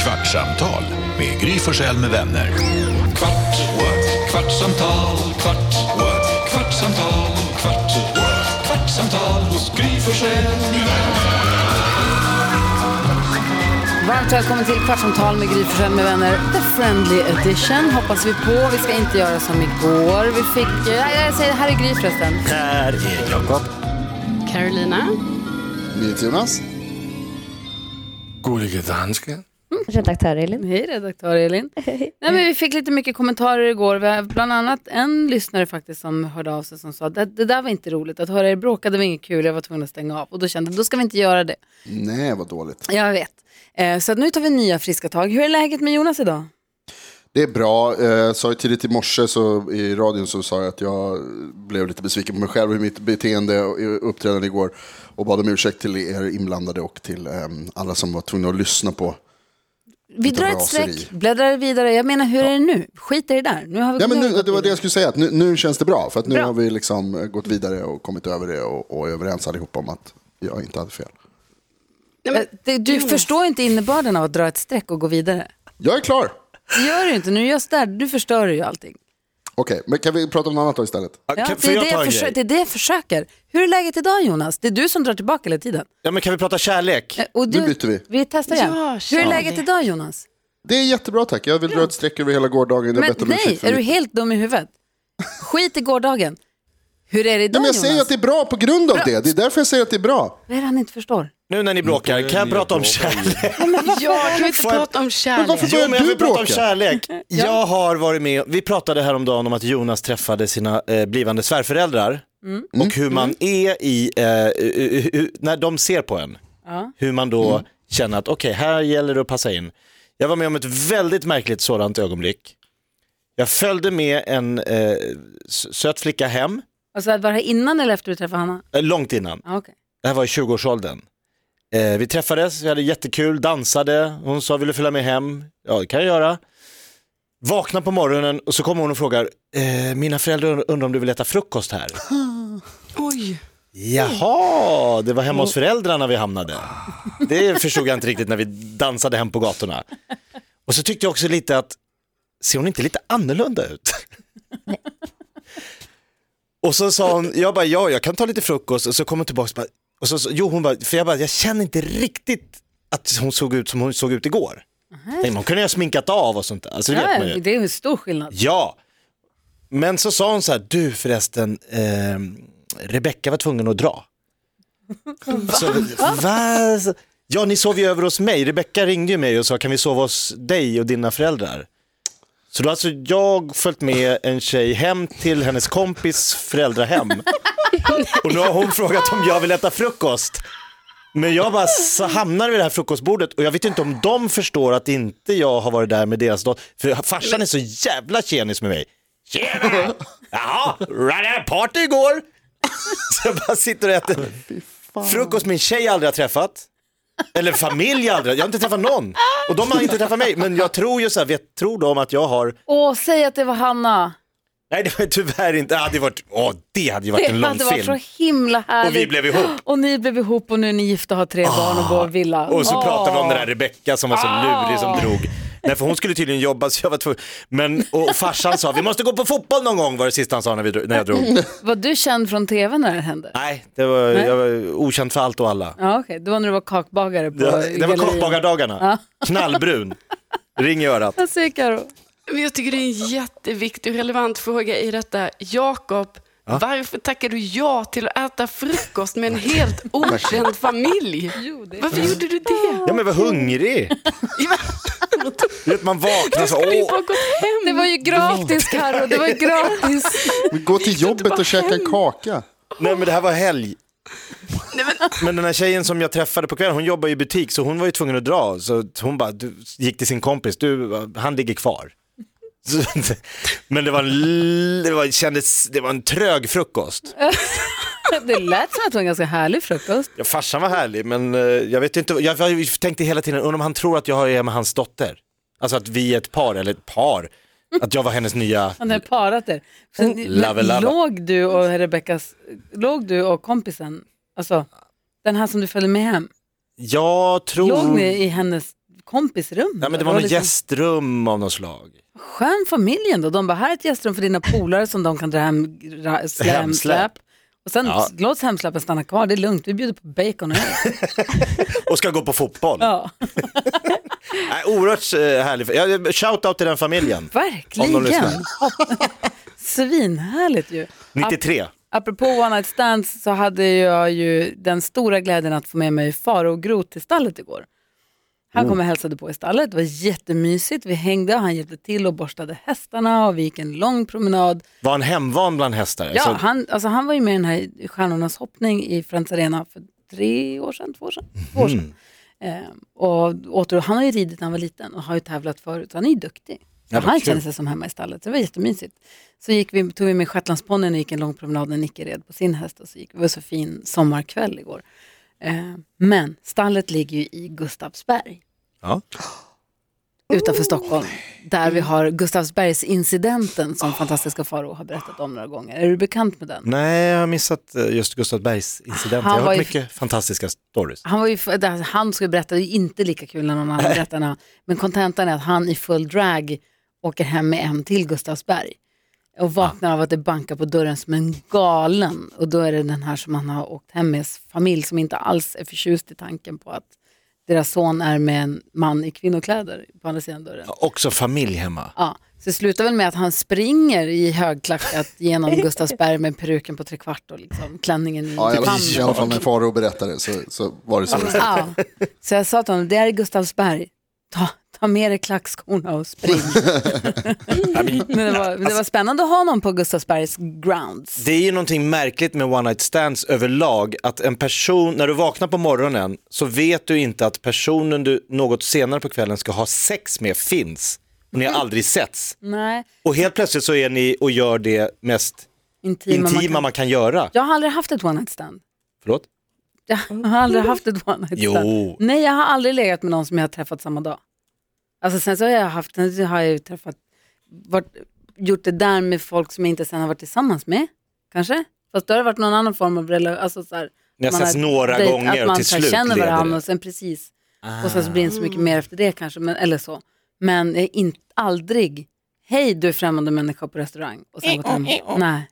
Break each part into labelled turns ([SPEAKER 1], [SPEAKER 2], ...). [SPEAKER 1] Kvartsamtal med Gry Forssell med vänner.
[SPEAKER 2] Kvart, what? kvartsamtal, kvart, what? kvartsamtal, kvart, what? kvartsamtal hos Gry Forssell med vänner.
[SPEAKER 3] Varmt välkommen till Kvartsamtal med Gry Forssell med vänner. The Friendly Edition hoppas vi på. Vi ska inte göra som igår. Vi fick... eh, Nej, jag säger här är Gry förresten.
[SPEAKER 4] Här är Jakob.
[SPEAKER 3] Carolina.
[SPEAKER 5] Jonas.
[SPEAKER 4] Gullige danske.
[SPEAKER 6] Redaktör Elin.
[SPEAKER 3] Hej redaktör Elin. Nej, men vi fick lite mycket kommentarer igår. Vi har bland annat en lyssnare faktiskt som hörde av sig som sa det, det där var inte roligt. Att höra er bråka det var inget kul. Jag var tvungen att stänga av. Och då kände jag då ska vi inte göra det.
[SPEAKER 5] Nej, vad dåligt.
[SPEAKER 3] Jag vet. Eh, så att nu tar vi nya friska tag. Hur är läget med Jonas idag?
[SPEAKER 5] Det är bra. Eh, sa ju tidigt i morse så i radion så sa jag att jag blev lite besviken på mig själv i mitt beteende och i uppträdande igår. Och bad om ursäkt till er inblandade och till eh, alla som var tvungna att lyssna på.
[SPEAKER 3] Vi
[SPEAKER 5] Lite
[SPEAKER 3] drar ett
[SPEAKER 5] raseri.
[SPEAKER 3] streck, bläddrar vidare. Jag menar, hur är det nu? Skit i det där. Nu har vi
[SPEAKER 5] Ja, men
[SPEAKER 3] kommit
[SPEAKER 5] nu,
[SPEAKER 3] över
[SPEAKER 5] det var det jag skulle säga, att nu, nu känns det bra. För att nu
[SPEAKER 3] Bra.
[SPEAKER 5] har vi liksom eh, gått vidare och kommit över det och, och är överens allihopa om att jag inte hade fel.
[SPEAKER 3] Eh, det- Du förstår inte innebörden av att dra ett streck och gå vidare.
[SPEAKER 5] Jag är klar!
[SPEAKER 3] Det gör du inte. Nu görs där. Du förstör ju allting.
[SPEAKER 5] Okej, men kan vi prata om något annat då istället?
[SPEAKER 3] Ja,
[SPEAKER 4] kan,
[SPEAKER 3] det,
[SPEAKER 4] får
[SPEAKER 3] är
[SPEAKER 4] jag
[SPEAKER 3] det,
[SPEAKER 4] ta
[SPEAKER 3] jag
[SPEAKER 4] en
[SPEAKER 3] försö- det
[SPEAKER 4] grej?
[SPEAKER 3] är det jag försöker. Hur är läget idag Jonas? Det är du som drar tillbaka hela tiden.
[SPEAKER 4] Ja, men kan vi prata kärlek?
[SPEAKER 3] Eh, Och
[SPEAKER 5] Nu
[SPEAKER 3] du,
[SPEAKER 5] byter vi.
[SPEAKER 3] Vi testar igen.
[SPEAKER 6] Ja,
[SPEAKER 3] Hur är
[SPEAKER 6] kärlek.
[SPEAKER 3] läget idag Jonas?
[SPEAKER 5] Det är jättebra tack, jag vill dra ett streck över hela gårdagen. Jag har
[SPEAKER 3] Men,
[SPEAKER 5] bett om
[SPEAKER 3] nej,
[SPEAKER 5] ursäkt för
[SPEAKER 3] är du
[SPEAKER 5] mitt-
[SPEAKER 3] helt dum i huvudet? Skit i gårdagen. Hur är det
[SPEAKER 5] ja,
[SPEAKER 3] idag
[SPEAKER 5] men Jag
[SPEAKER 3] Jonas?
[SPEAKER 5] säger att det är bra på grund av det, det är därför jag säger att det är bra.
[SPEAKER 3] Vad är det han inte förstår?
[SPEAKER 4] Nu när Mm, ni bråkar, kan jag prata om kärlek?
[SPEAKER 6] Ja, kan vi inte prata om kärlek?
[SPEAKER 5] varför-
[SPEAKER 4] Jo, men jag vill
[SPEAKER 5] Du
[SPEAKER 4] prata om
[SPEAKER 5] bråkar.
[SPEAKER 4] kärlek. Jag har varit med, vi pratade häromdagen om att Jonas träffade sina eh, blivande svärföräldrar
[SPEAKER 3] Mm.
[SPEAKER 4] och hur man är i, eh, hu- hu- hu- när de ser på en, hur man då
[SPEAKER 3] Mm.
[SPEAKER 4] känner att okej, här gäller det att passa in. Jag var med om ett väldigt märkligt sådant ögonblick. Jag följde med en eh, s- söt flicka hem,
[SPEAKER 3] Alltså, var det här innan eller efter du träffade Hanna?
[SPEAKER 4] eh, långt innan.
[SPEAKER 3] Ah, okay.
[SPEAKER 4] Det här var i 20-årsåldern. Eh, vi träffades, vi hade jättekul, dansade. Hon sa, vill du följa med hem? Ja, det kan jag göra. Vaknar på morgonen och så kommer hon och frågar, eh, mina föräldrar undrar om du vill äta frukost här?
[SPEAKER 6] Oj.
[SPEAKER 4] Jaha, det var hemma hos
[SPEAKER 3] Mm.
[SPEAKER 4] föräldrarna vi hamnade. Det förstod jag inte riktigt när vi dansade hem på gatorna. Och så tyckte jag också lite att, ser hon inte lite annorlunda ut? Och så sa hon, jag bara ja, jag kan ta lite frukost och så kom hon tillbaka och bara, och så, så, jo hon bara, för jag bara, jag känner inte riktigt att hon såg ut som hon såg ut igår. Nej, men hon kunde ju ha sminkat av och sånt där, alltså, det vet man ju.
[SPEAKER 3] Ja, det är en stor skillnad.
[SPEAKER 4] Ja, men så sa hon så här, du förresten, eh, Rebecka var tvungen att dra. Så, va? Ja, ni sov ju över hos mig. Rebecka ringde ju mig och sa, kan vi sova hos dig och dina föräldrar? Så då har alltså jag följt med en tjej hem till hennes kompis föräldrahem. Och nu har hon frågat om jag vill äta frukost. Men jag bara så hamnar vid det här frukostbordet och jag vet inte om de förstår att inte jag har varit där med deras dotter. För farsan är så jävla tjenis med mig. Tjena! Jaha, rada party igår! Så jag bara sitter och äter frukost med en tjej jag aldrig har träffat. Eller familj jag aldrig, jag har inte träffat någon. Och de har inte träffat mig, men jag tror ju så här, vet, tror de att jag har,
[SPEAKER 3] Åh, säg att det var Hanna.
[SPEAKER 4] nej det var tyvärr inte, det hade varit, åh det hade ju varit en
[SPEAKER 3] Det
[SPEAKER 4] lång
[SPEAKER 3] hade varit
[SPEAKER 4] film.
[SPEAKER 3] så himla härligt.
[SPEAKER 4] Och vi blev ihop.
[SPEAKER 3] Och ni blev ihop och nu är ni gifta och har tre barn och bor i villa.
[SPEAKER 4] Ah, Och så
[SPEAKER 3] Åh.
[SPEAKER 4] pratade vi om den där Rebecka som var så lurig som drog. Nej för hon skulle tydligen jobba så jag var tvungen. Men och farsan sa vi måste gå på fotboll någon gång var det sista han sa när, vi, dro- när jag drog.
[SPEAKER 3] Var du känd från tv när det hände?
[SPEAKER 4] Mm. Nej, det var, jag var okänd för allt och alla.
[SPEAKER 3] Ja, okej. Det var när du var kakbagare på
[SPEAKER 4] Det, det var
[SPEAKER 3] gallerian.
[SPEAKER 4] kockbagardagarna. Knallbrun. Ring i örat.
[SPEAKER 3] Vad säger Karo?
[SPEAKER 6] Men jag tycker det är en jätteviktig och relevant fråga i detta. Jakob, varför tackar du ja till att äta frukost med en helt okänd familj? Varför gjorde du det?
[SPEAKER 4] Ja men jag var hungrig. Du vet man vaknar så,
[SPEAKER 6] Du
[SPEAKER 4] åh.
[SPEAKER 6] har gått hem.
[SPEAKER 3] Det var ju gratis Karo, det var ju gratis.
[SPEAKER 5] Men Gå till jobbet och käka en kaka.
[SPEAKER 4] Nej men det här var helg. Men den här tjejen som jag träffade på kvällen, hon jobbar ju i butik så hon var ju tvungen att dra. Så hon bara, du, gick till sin kompis, du, han ligger kvar. Så, men det var, en, l- det, var, kändes, det var en trög frukost.
[SPEAKER 3] Det lät som att det var en ganska härlig frukost.
[SPEAKER 4] Ja, farsan var härlig men eh, jag vet inte, jag, jag tänkte hela tiden, undrar om han tror att jag är med hans dotter. Alltså att vi är ett par, eller ett par. Att jag var hennes nya,
[SPEAKER 3] Han hade parat er. Så ni- men
[SPEAKER 4] Mm. Love, love.
[SPEAKER 3] Låg du och Rebeckas, låg du och
[SPEAKER 4] Mm.
[SPEAKER 3] kompisen, alltså den här som du följde med hem,
[SPEAKER 4] jag tror...
[SPEAKER 3] låg ni i hennes kompisrum.
[SPEAKER 4] Nej, men det var
[SPEAKER 3] Och
[SPEAKER 4] något
[SPEAKER 3] liksom,
[SPEAKER 4] gästrum av något slag.
[SPEAKER 3] Skön familjen då. De bara, här är ett gästrum för dina polare som de kan dra hem ra- slam,
[SPEAKER 4] Hemsläp.
[SPEAKER 3] släp. Och sen
[SPEAKER 4] Ja.
[SPEAKER 3] låt hemsläpen stanna kvar, det är lugnt. Vi bjuder på bacon och öl.
[SPEAKER 4] Och ska gå på fotboll.
[SPEAKER 3] Ja,
[SPEAKER 4] Nej, oerhört eh, härlig. Ja, Shoutout till den familjen. Om de
[SPEAKER 3] verkligen.
[SPEAKER 4] lyssnar.
[SPEAKER 3] Svinhärligt ju.
[SPEAKER 4] 93.
[SPEAKER 3] Apropå one night stands så hade jag ju den stora glädjen att få med mig Faro Groth till stallet igår.
[SPEAKER 4] Mm.
[SPEAKER 3] Han kom och hälsade på i stallet, det var jättemysigt, vi hängde och han hjälpte till och borstade hästarna och vi gick en lång promenad.
[SPEAKER 4] Var han hemvan bland hästar?
[SPEAKER 3] Ja,
[SPEAKER 4] Så-
[SPEAKER 3] han, alltså han var ju med i den här Stjärnornas hoppning i Friends Arena för tre år sedan, två år sedan. Två år sedan.
[SPEAKER 4] Mhm.
[SPEAKER 3] Ehm, och åter, han har ju ridit när han var liten och har ju tävlat förut, så han är ju duktig.
[SPEAKER 4] Ja,
[SPEAKER 3] han
[SPEAKER 4] vad kul.
[SPEAKER 3] känner sig som hemma i stallet, så det var jättemysigt. Så gick vi, tog vi med shetlandsponnyn och gick en lång promenad när Nicke red på sin häst. Och så gick, det var så fin sommarkväll igår. Ehm, men stallet ligger ju i Gustavsberg
[SPEAKER 4] Ja.
[SPEAKER 3] utanför Stockholm. Där vi har Gustavsbergsincidenten
[SPEAKER 4] Ah.
[SPEAKER 3] som fantastiska Faro har berättat om några gånger. Är du bekant med den?
[SPEAKER 4] Nej, jag har missat eh, just Gustav Bergs incident.
[SPEAKER 3] Han
[SPEAKER 4] Jag har
[SPEAKER 3] var
[SPEAKER 4] hört
[SPEAKER 3] ju-
[SPEAKER 4] mycket fantastiska stories.
[SPEAKER 3] Han, var ju, f- det- han skulle berätta, det är inte lika kul när någon annan berättar. när han- Men kontentan är att han i full drag åker hem med en till Gustavsberg. Och vaknar av att det bankar på dörren som en galen. Och då är det den här som han har åkt hem med, s- familj som inte alls är förtjust i tanken på att deras son är med en man i kvinnokläder på andra sidan dörren.
[SPEAKER 4] Också familj hemma.
[SPEAKER 3] Ja, så det slutar väl med att han springer i högklackat genom Gustavsberg med peruken på tre kvart och liksom, klänningen i
[SPEAKER 4] Typ
[SPEAKER 5] Ja, i alla,
[SPEAKER 3] famn.
[SPEAKER 5] i alla fall när Faro berättade så, så var det så.
[SPEAKER 3] Ja. Så jag sa till honom, det är Gustavsberg, ta, ta med dig klackskorna och spring. men det, var, men
[SPEAKER 4] Alltså-
[SPEAKER 3] det var spännande att ha någon på Gustavsbergs grounds.
[SPEAKER 4] Det är ju någonting märkligt med one night stands överlag, att en person, när du vaknar på morgonen så vet du inte att personen du något senare på kvällen ska ha sex med finns. Och
[SPEAKER 3] Mm.
[SPEAKER 4] ni har aldrig setts.
[SPEAKER 3] Nej,
[SPEAKER 4] Och helt plötsligt så är ni och gör det mest
[SPEAKER 3] intima. man
[SPEAKER 4] intima man kan,
[SPEAKER 3] kan-
[SPEAKER 4] göra.
[SPEAKER 3] Jag har aldrig haft ett one night stand.
[SPEAKER 4] Förlåt?
[SPEAKER 3] Jag har aldrig haft ett one night stand.
[SPEAKER 4] Jo.
[SPEAKER 3] Nej, jag har aldrig legat med någon som jag har träffat samma dag. Alltså sen så har jag haft, sen så har jag ju träffat, varit, gjort det där med folk som jag inte sen har varit tillsammans med, kanske. Fast då har det varit någon annan form av relation, alltså så här,
[SPEAKER 4] Ni har
[SPEAKER 3] man
[SPEAKER 4] setts
[SPEAKER 3] har
[SPEAKER 4] några
[SPEAKER 3] dejt-
[SPEAKER 4] gånger
[SPEAKER 3] Att
[SPEAKER 4] och
[SPEAKER 3] man
[SPEAKER 4] till
[SPEAKER 3] så här
[SPEAKER 4] slut
[SPEAKER 3] känner
[SPEAKER 4] leder
[SPEAKER 3] varandra
[SPEAKER 4] det.
[SPEAKER 3] och sen precis. Och sen så blir det inte så mycket mer efter det kanske, men, eller så. Men jag är inte, aldrig, hej du är främmande människa på restaurang och
[SPEAKER 6] Eh,
[SPEAKER 3] sen gått hem. Nej.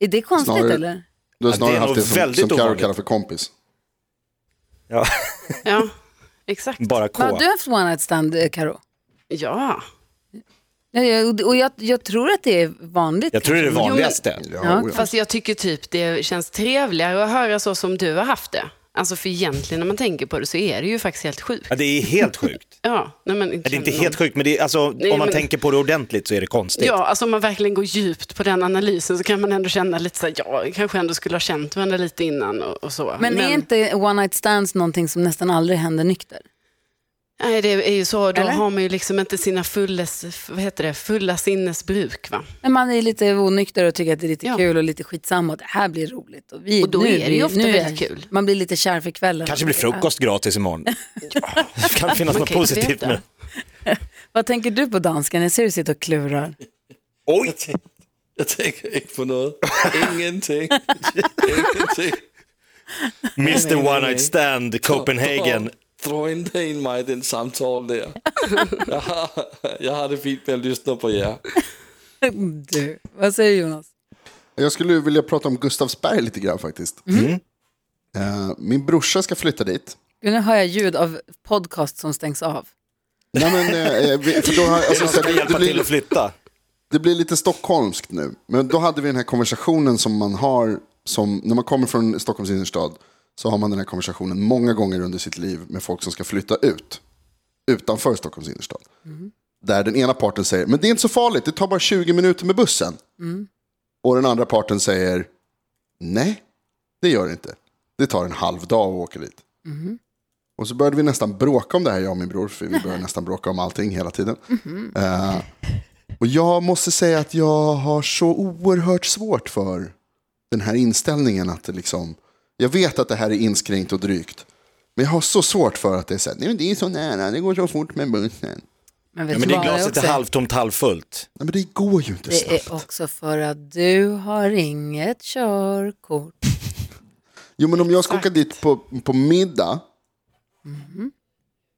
[SPEAKER 3] Är det konstigt
[SPEAKER 5] Snarare-
[SPEAKER 3] eller?
[SPEAKER 5] Du har
[SPEAKER 4] Ja,
[SPEAKER 5] snarare
[SPEAKER 4] det är
[SPEAKER 5] haft
[SPEAKER 4] nog
[SPEAKER 5] det som,
[SPEAKER 4] väldigt
[SPEAKER 5] som Karo
[SPEAKER 4] ovanligt.
[SPEAKER 5] kallar för kompis.
[SPEAKER 4] Ja,
[SPEAKER 6] Ja, exakt.
[SPEAKER 4] bara
[SPEAKER 3] Men
[SPEAKER 4] K.
[SPEAKER 3] har du haft one night stand, eh, Karo?
[SPEAKER 6] Ja.
[SPEAKER 3] Ja, ja, och- Och jag, jag tror att det är vanligt.
[SPEAKER 4] Jag tror det är det
[SPEAKER 3] kanske.
[SPEAKER 4] vanligaste.
[SPEAKER 5] Ja,
[SPEAKER 3] Ja,
[SPEAKER 5] och ja.
[SPEAKER 6] Fast jag tycker typ det känns trevligare att höra så som du har haft det. Alltså för egentligen när man tänker på det så är det ju faktiskt helt sjukt.
[SPEAKER 4] Ja, det är helt sjukt.
[SPEAKER 6] Ja, nej men,
[SPEAKER 4] Ja, Det är inte helt sjukt, men det är, alltså,
[SPEAKER 6] Nej,
[SPEAKER 4] om man
[SPEAKER 6] men-
[SPEAKER 4] tänker på det ordentligt så är det konstigt.
[SPEAKER 6] Ja, alltså om man verkligen går djupt på den analysen så kan man ändå känna lite så här, ja, jag kanske ändå skulle ha känt varandra lite innan och, och så.
[SPEAKER 3] Men, är inte one night stands någonting som nästan aldrig händer nykter?
[SPEAKER 6] Nej, det är ju så. Då
[SPEAKER 3] Eller?
[SPEAKER 6] har man ju liksom inte sina fulles, vad heter det, fulla sinnesbruk. Va?
[SPEAKER 3] Men man är lite onykter och tycker att det är lite
[SPEAKER 6] Ja.
[SPEAKER 3] kul och lite skitsamma och det här blir roligt. Och, vi,
[SPEAKER 6] Och då
[SPEAKER 3] nu,
[SPEAKER 6] är det ju
[SPEAKER 3] vi-
[SPEAKER 6] ofta
[SPEAKER 3] nu är-
[SPEAKER 6] väldigt kul.
[SPEAKER 3] Man blir lite kär för kvällen.
[SPEAKER 4] Kanske blir frukost gratis imorgon. Det kan finnas något
[SPEAKER 6] Man kan ju inte
[SPEAKER 4] positivt
[SPEAKER 6] veta.
[SPEAKER 4] med det.
[SPEAKER 3] Vad tänker du på dansken? Jag ser du sitter och klurar.
[SPEAKER 4] Oj!
[SPEAKER 2] Jeg tænker ikke på noget. Ingenting. Ingenting.
[SPEAKER 4] Mr One Night Stand Copenhagen.
[SPEAKER 2] Drønte en mig i den samtale der. Jeg har, jeg har det fint med at lyssna på jer.
[SPEAKER 3] Du, vad säger Jonas?
[SPEAKER 5] Jag skulle ju vilja prata om Gustavsberg lite grann faktiskt.
[SPEAKER 4] Mm.
[SPEAKER 5] Eh, Min brorsa ska flytta dit.
[SPEAKER 3] Gud, nu hör jag ljud av podcast som stängs av.
[SPEAKER 5] Nej, men, eh, vi- för då har, alltså, så här, det, det,
[SPEAKER 4] Hjälpa till
[SPEAKER 5] blir,
[SPEAKER 4] att flytta.
[SPEAKER 5] det blir lite stockholmskt nu. Men då hade vi den här konversationen som man har, som, när man kommer från Stockholms innerstad, så har man den här konversationen många gånger under sitt liv med folk som ska flytta ut, utanför Stockholms innerstad. Där den ena parten säger, men det är inte så farligt, det tar bara 20 minuter med bussen. Och den andra parten säger, nej, det gör det inte. Det tar en halv dag att åka dit. Och så började vi nästan bråka om det här, jag och min bror, för vi började nästan bråka om allting hela tiden. Eh, och jag måste säga att jag har så oerhört svårt för den här inställningen att det liksom, jag vet att det här är inskränkt och drygt, men jag har så svårt för att det är så här, nej men det är så nära, det går så fort med bussen.
[SPEAKER 3] Men vet
[SPEAKER 4] Ja, men
[SPEAKER 3] du
[SPEAKER 4] det är
[SPEAKER 3] vad det
[SPEAKER 4] glaset
[SPEAKER 3] också
[SPEAKER 4] är halvtomt, halvfullt.
[SPEAKER 5] Nej men det går ju inte
[SPEAKER 3] Det
[SPEAKER 5] snabbt.
[SPEAKER 3] är också för att du har inget körkort.
[SPEAKER 5] Jo men om jag ska åka dit på, på middag,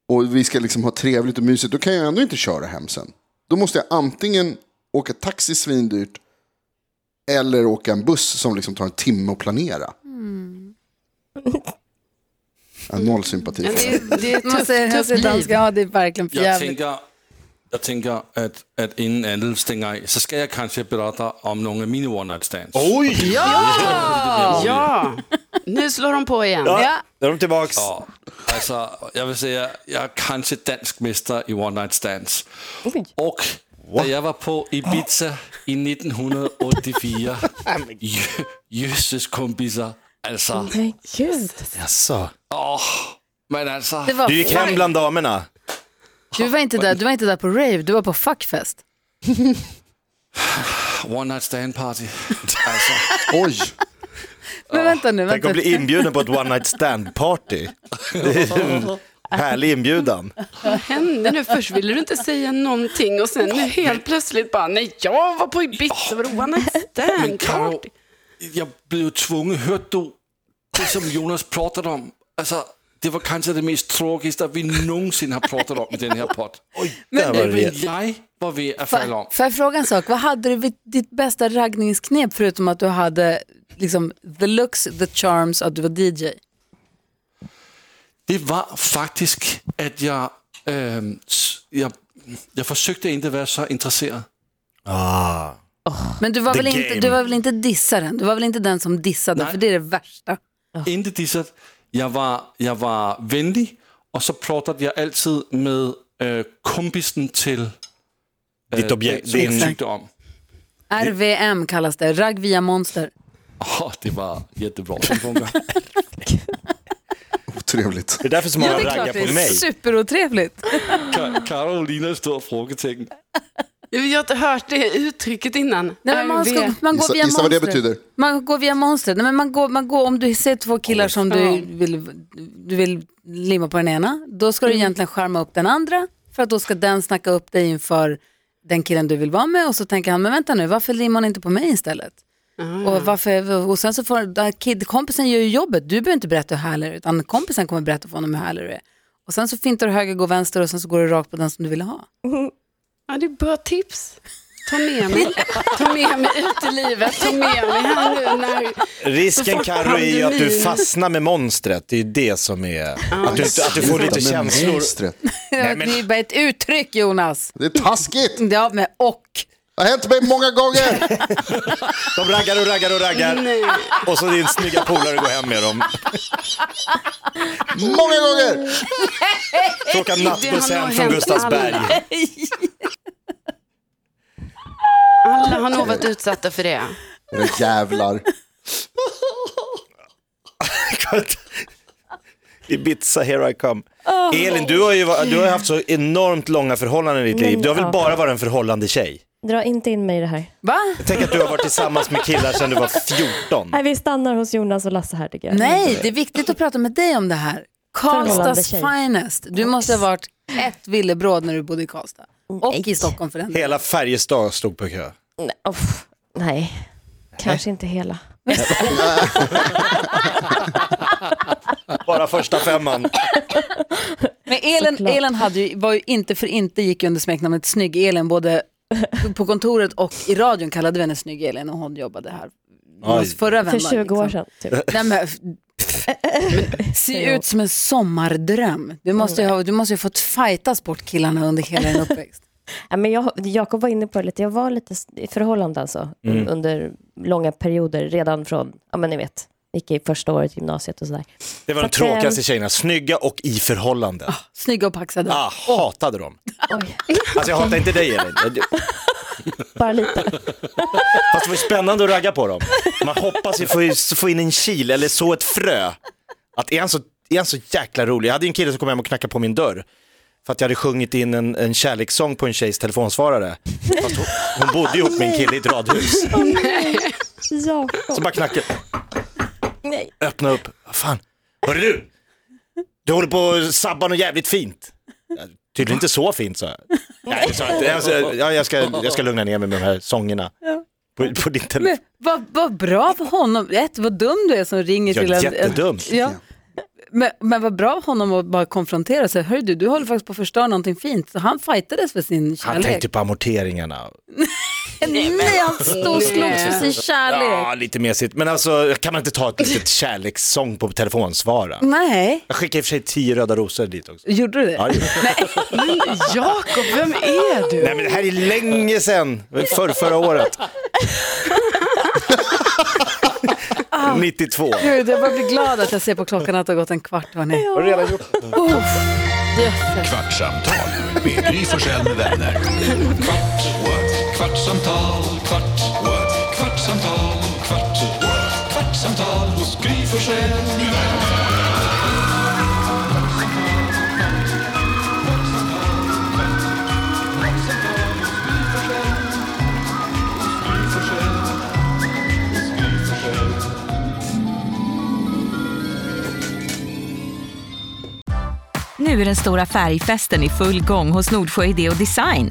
[SPEAKER 5] och vi ska liksom ha trevligt och mysigt, då kan jag ändå inte köra hem sen. Då måste jag antingen åka taxi svindyrt eller åka en buss som liksom tar en timme att planera. Jag har noll sympati för det.
[SPEAKER 6] Det, det är ett
[SPEAKER 3] Man
[SPEAKER 6] tufft,
[SPEAKER 3] säger, jag
[SPEAKER 6] tufft
[SPEAKER 3] säger danska,
[SPEAKER 6] liv.
[SPEAKER 3] ja det är verkligen för
[SPEAKER 7] Jeg
[SPEAKER 3] jävligt.
[SPEAKER 7] tænker, jeg tænker at, at inden andet stinger af, så skal jeg kanskje berette om nogle af mine one night stands.
[SPEAKER 4] Oj!
[SPEAKER 6] Ja, nu slår de på igen.
[SPEAKER 3] Ja.
[SPEAKER 4] Då är de tillbaks.
[SPEAKER 7] Og, altså, jeg vil sige, jeg, jeg er kanskje dansk mester i one night stands. Og da jeg var på Ibiza i 1984, jø- jøsses kompiser, altså,
[SPEAKER 3] Mm.
[SPEAKER 8] Nej, gud.
[SPEAKER 4] Jaså.
[SPEAKER 7] alltså. åh, men alltså, altså,
[SPEAKER 3] Det var
[SPEAKER 4] Du gick hem bland damerna.
[SPEAKER 3] Du var, inte där, du var inte där på rave, du var på fuckfest.
[SPEAKER 7] one night stand party, Alltså. altså.
[SPEAKER 5] Oj,
[SPEAKER 3] Men vänta nu,
[SPEAKER 4] Tänk
[SPEAKER 3] vänta.
[SPEAKER 4] att bli inbjuden på ett one night stand party. Det är en härlig inbjudan.
[SPEAKER 6] Vad hände nu? Först ville du inte säga någonting och sen nu helt plötsligt bara, nej, jag var på Ibiza, vadå, one night stand
[SPEAKER 7] Karo,
[SPEAKER 6] party?
[SPEAKER 7] jeg blev jo tvunget. Hørte du det, som Jonas pratede om? Altså, det var kanskje det mest tråkigste, vi nogensinde har pratet om i den her pot.
[SPEAKER 4] Där var det.
[SPEAKER 7] Men jeg var ved at falde om.
[SPEAKER 3] Va, får jag fråga en sak? Vad hade du vid ditt bästa raggningsknep förutom att du hade liksom, the looks, the charms, att du var DJ?
[SPEAKER 7] Det var faktisk, at jeg, øh, s- jeg, jeg forsøgte ikke at være så interesseret.
[SPEAKER 4] Ah.
[SPEAKER 3] Men du var,
[SPEAKER 4] The
[SPEAKER 3] väl inte,
[SPEAKER 4] game.
[SPEAKER 3] du var väl inte dissaren? Du var väl inte den som dissade?
[SPEAKER 7] Nej.
[SPEAKER 3] För det är det värsta.
[SPEAKER 7] Inte dissert. Jeg var, jeg var venlig, og så pratede jeg altid med øh, kompisen til øh,
[SPEAKER 4] Dit objekt.
[SPEAKER 7] den, som jeg tyckte om.
[SPEAKER 3] RVM kallas det, ragg via monster.
[SPEAKER 7] Åh, det var jättebra. Det funkar.
[SPEAKER 5] otrevligt.
[SPEAKER 4] Det är därför så många raggar på mig.
[SPEAKER 3] superotrevligt.
[SPEAKER 7] Ka- Karolina står frågetecken.
[SPEAKER 6] Jag har inte hört det uttrycket innan.
[SPEAKER 3] Nej, men man, ska,
[SPEAKER 6] RV.
[SPEAKER 3] man går
[SPEAKER 5] Gissa,
[SPEAKER 3] via
[SPEAKER 5] gissa vad det
[SPEAKER 3] monster.
[SPEAKER 5] betyder.
[SPEAKER 3] Man går via monster. Nej, men man går, man går, om du ser två killar som du vill, du vill limma på den ena, då ska du egentligen skärma upp den andra för att då ska den snacka upp dig inför den killen du vill vara med och så tänker han, men vänta nu, varför limmar han inte på mig istället? Och, varför, och sen så får där kid, kompisen gör ju jobbet, du behöver inte berätta hur härlig du är, utan kompisen kommer berätta för honom hur härlig du är. Och sen så fintar du höger, går vänster och sen så går du rakt på den som du vill ha.
[SPEAKER 6] Ja, det är bra tips. Ta med mig, ta med mig ut i livet, ta med mig här nu när...
[SPEAKER 4] Risken
[SPEAKER 6] fort
[SPEAKER 4] Carro är ju att du
[SPEAKER 6] pandemin-
[SPEAKER 4] fastnar med monstret. Det är ju det som är... Att du, inte- att du får lite
[SPEAKER 5] Men
[SPEAKER 4] känslor.
[SPEAKER 5] monstret.
[SPEAKER 3] Det är ju bara ett uttryck Jonas.
[SPEAKER 5] Det är taskigt.
[SPEAKER 3] Ja, men och.
[SPEAKER 5] Det har hänt mig många gånger.
[SPEAKER 4] De raggar och raggar och raggar.
[SPEAKER 6] Nej.
[SPEAKER 4] Och så din snygga polare går hem med dem.
[SPEAKER 5] Många gånger.
[SPEAKER 4] Så åka nattbuss
[SPEAKER 6] Det har
[SPEAKER 4] hem
[SPEAKER 6] nog
[SPEAKER 4] från
[SPEAKER 6] hänt
[SPEAKER 4] Gustavsberg.
[SPEAKER 6] alla. Alla har nog varit utsatta för det.
[SPEAKER 5] Era jävlar.
[SPEAKER 4] Ibiza, here I come. Elin, du har ju va- du har ju haft så enormt långa förhållanden i ditt liv. Du har väl
[SPEAKER 8] ja.
[SPEAKER 4] bara varit en förhållande tjej?
[SPEAKER 8] Dra inte in mig i det här.
[SPEAKER 3] Va?
[SPEAKER 4] Tänk att du har varit tillsammans med killar sedan du var 14.
[SPEAKER 8] Nej, vi stannar hos Jonas och Lasse här tycker jag.
[SPEAKER 3] Nej, det är viktigt att prata med dig om det här.
[SPEAKER 8] Förhållande
[SPEAKER 3] Karlstads
[SPEAKER 8] tjej.
[SPEAKER 3] finest. Du måste ha varit ett villebråd när du bodde i Karlstad. Och i Stockholm för den delen.
[SPEAKER 4] Hela Färjestad stod på kö.
[SPEAKER 8] Nej, uff, nej. kanske inte hela.
[SPEAKER 4] Bara första femman.
[SPEAKER 3] Men Elin,
[SPEAKER 8] Såklart.
[SPEAKER 3] Elin hade ju, var ju inte för inte gick ju under smeknamnet Snygg-Elin. Både på kontoret och i radion kallade vi henne Snygg-Elin och hon jobbade här.
[SPEAKER 4] Oj.
[SPEAKER 3] Förra vändan.
[SPEAKER 8] För 20 år sedan. Typ.
[SPEAKER 3] Nej, men, pff, ser ut som en sommardröm. Du måste ju ha, du måste ju ha fått fightas bort killarna under hela din uppväxt.
[SPEAKER 8] Ja, men jag, Jakob var inne på det lite, jag var lite i förhållande alltså, under långa perioder, redan från, ja men ni vet, gick i första året i gymnasiet och sådär.
[SPEAKER 4] Det var de
[SPEAKER 8] Så att, eh,
[SPEAKER 4] tråkigaste tjejerna, snygga och i förhållanden.
[SPEAKER 3] Snygga och paxade.
[SPEAKER 4] Ah, hatade dem.
[SPEAKER 8] Oj,
[SPEAKER 4] Alltså jag hatar inte dig Elin.
[SPEAKER 8] bara lite.
[SPEAKER 4] Fast det var ju spännande att ragga på dem. Man hoppas ju få, få in en kil eller så ett frö. Att är han, så, är han så jäkla rolig? Jag hade ju en kille som kom hem och knackade på min dörr. För att jag hade sjungit in en, en kärlekssång på en tjejs telefonsvarare. Fast hon, hon bodde ihop med en kille i ett radhus. Så
[SPEAKER 8] Jakob,
[SPEAKER 4] bara knackade,
[SPEAKER 8] nej.
[SPEAKER 4] öppnade upp. Vad fan, hörru du! Du håller på och sabbar något jävligt fint. Ja, Tydligen inte så fint sa jag. Nej, sa jag, inte. jag, ska- ja, jag, ska, jag ska lugna ner mig med de här sångerna. På, på din telefon.
[SPEAKER 3] Men vad, vad bra för honom. Ett, vad dum du är som ringer
[SPEAKER 4] Jag är
[SPEAKER 3] till en...
[SPEAKER 4] jättedum.
[SPEAKER 3] En, ja. Men, men vad bra av honom att bara konfrontera sig. Hör du, du håller faktiskt på att förstöra någonting fint. Så han fightades för sin
[SPEAKER 4] Han
[SPEAKER 3] kärlek.
[SPEAKER 4] tänkte på amorteringarna.
[SPEAKER 3] Nej, han stod och slogs för sin kärlek.
[SPEAKER 4] Ja, lite mesigt. Men alltså, kan man inte ta ett litet kärlekssång på telefonsvara?
[SPEAKER 3] Nej,
[SPEAKER 4] Jag skickade i och för sig tio röda rosor dit också.
[SPEAKER 3] gjorde du det?
[SPEAKER 4] Ja, det gjorde jag.
[SPEAKER 6] Men Jakob, vem är du?
[SPEAKER 4] Nej men det här är länge sedan, för, förra året. 92.
[SPEAKER 3] Gud, jag börjar bli glad att jag ser på klockan att det har gått en kvart. Hörni.
[SPEAKER 4] Har du redan gjort
[SPEAKER 1] Kvartsamtal med Gry Forssell med vänner.
[SPEAKER 2] Kvart, what? kvartsamtal, kvart, what? kvartsamtal, kvart, what? kvartsamtal hos Gry Forssell med vänner.
[SPEAKER 9] Nu är den stora färgfesten i full gång hos Nordsjö Idé och Design.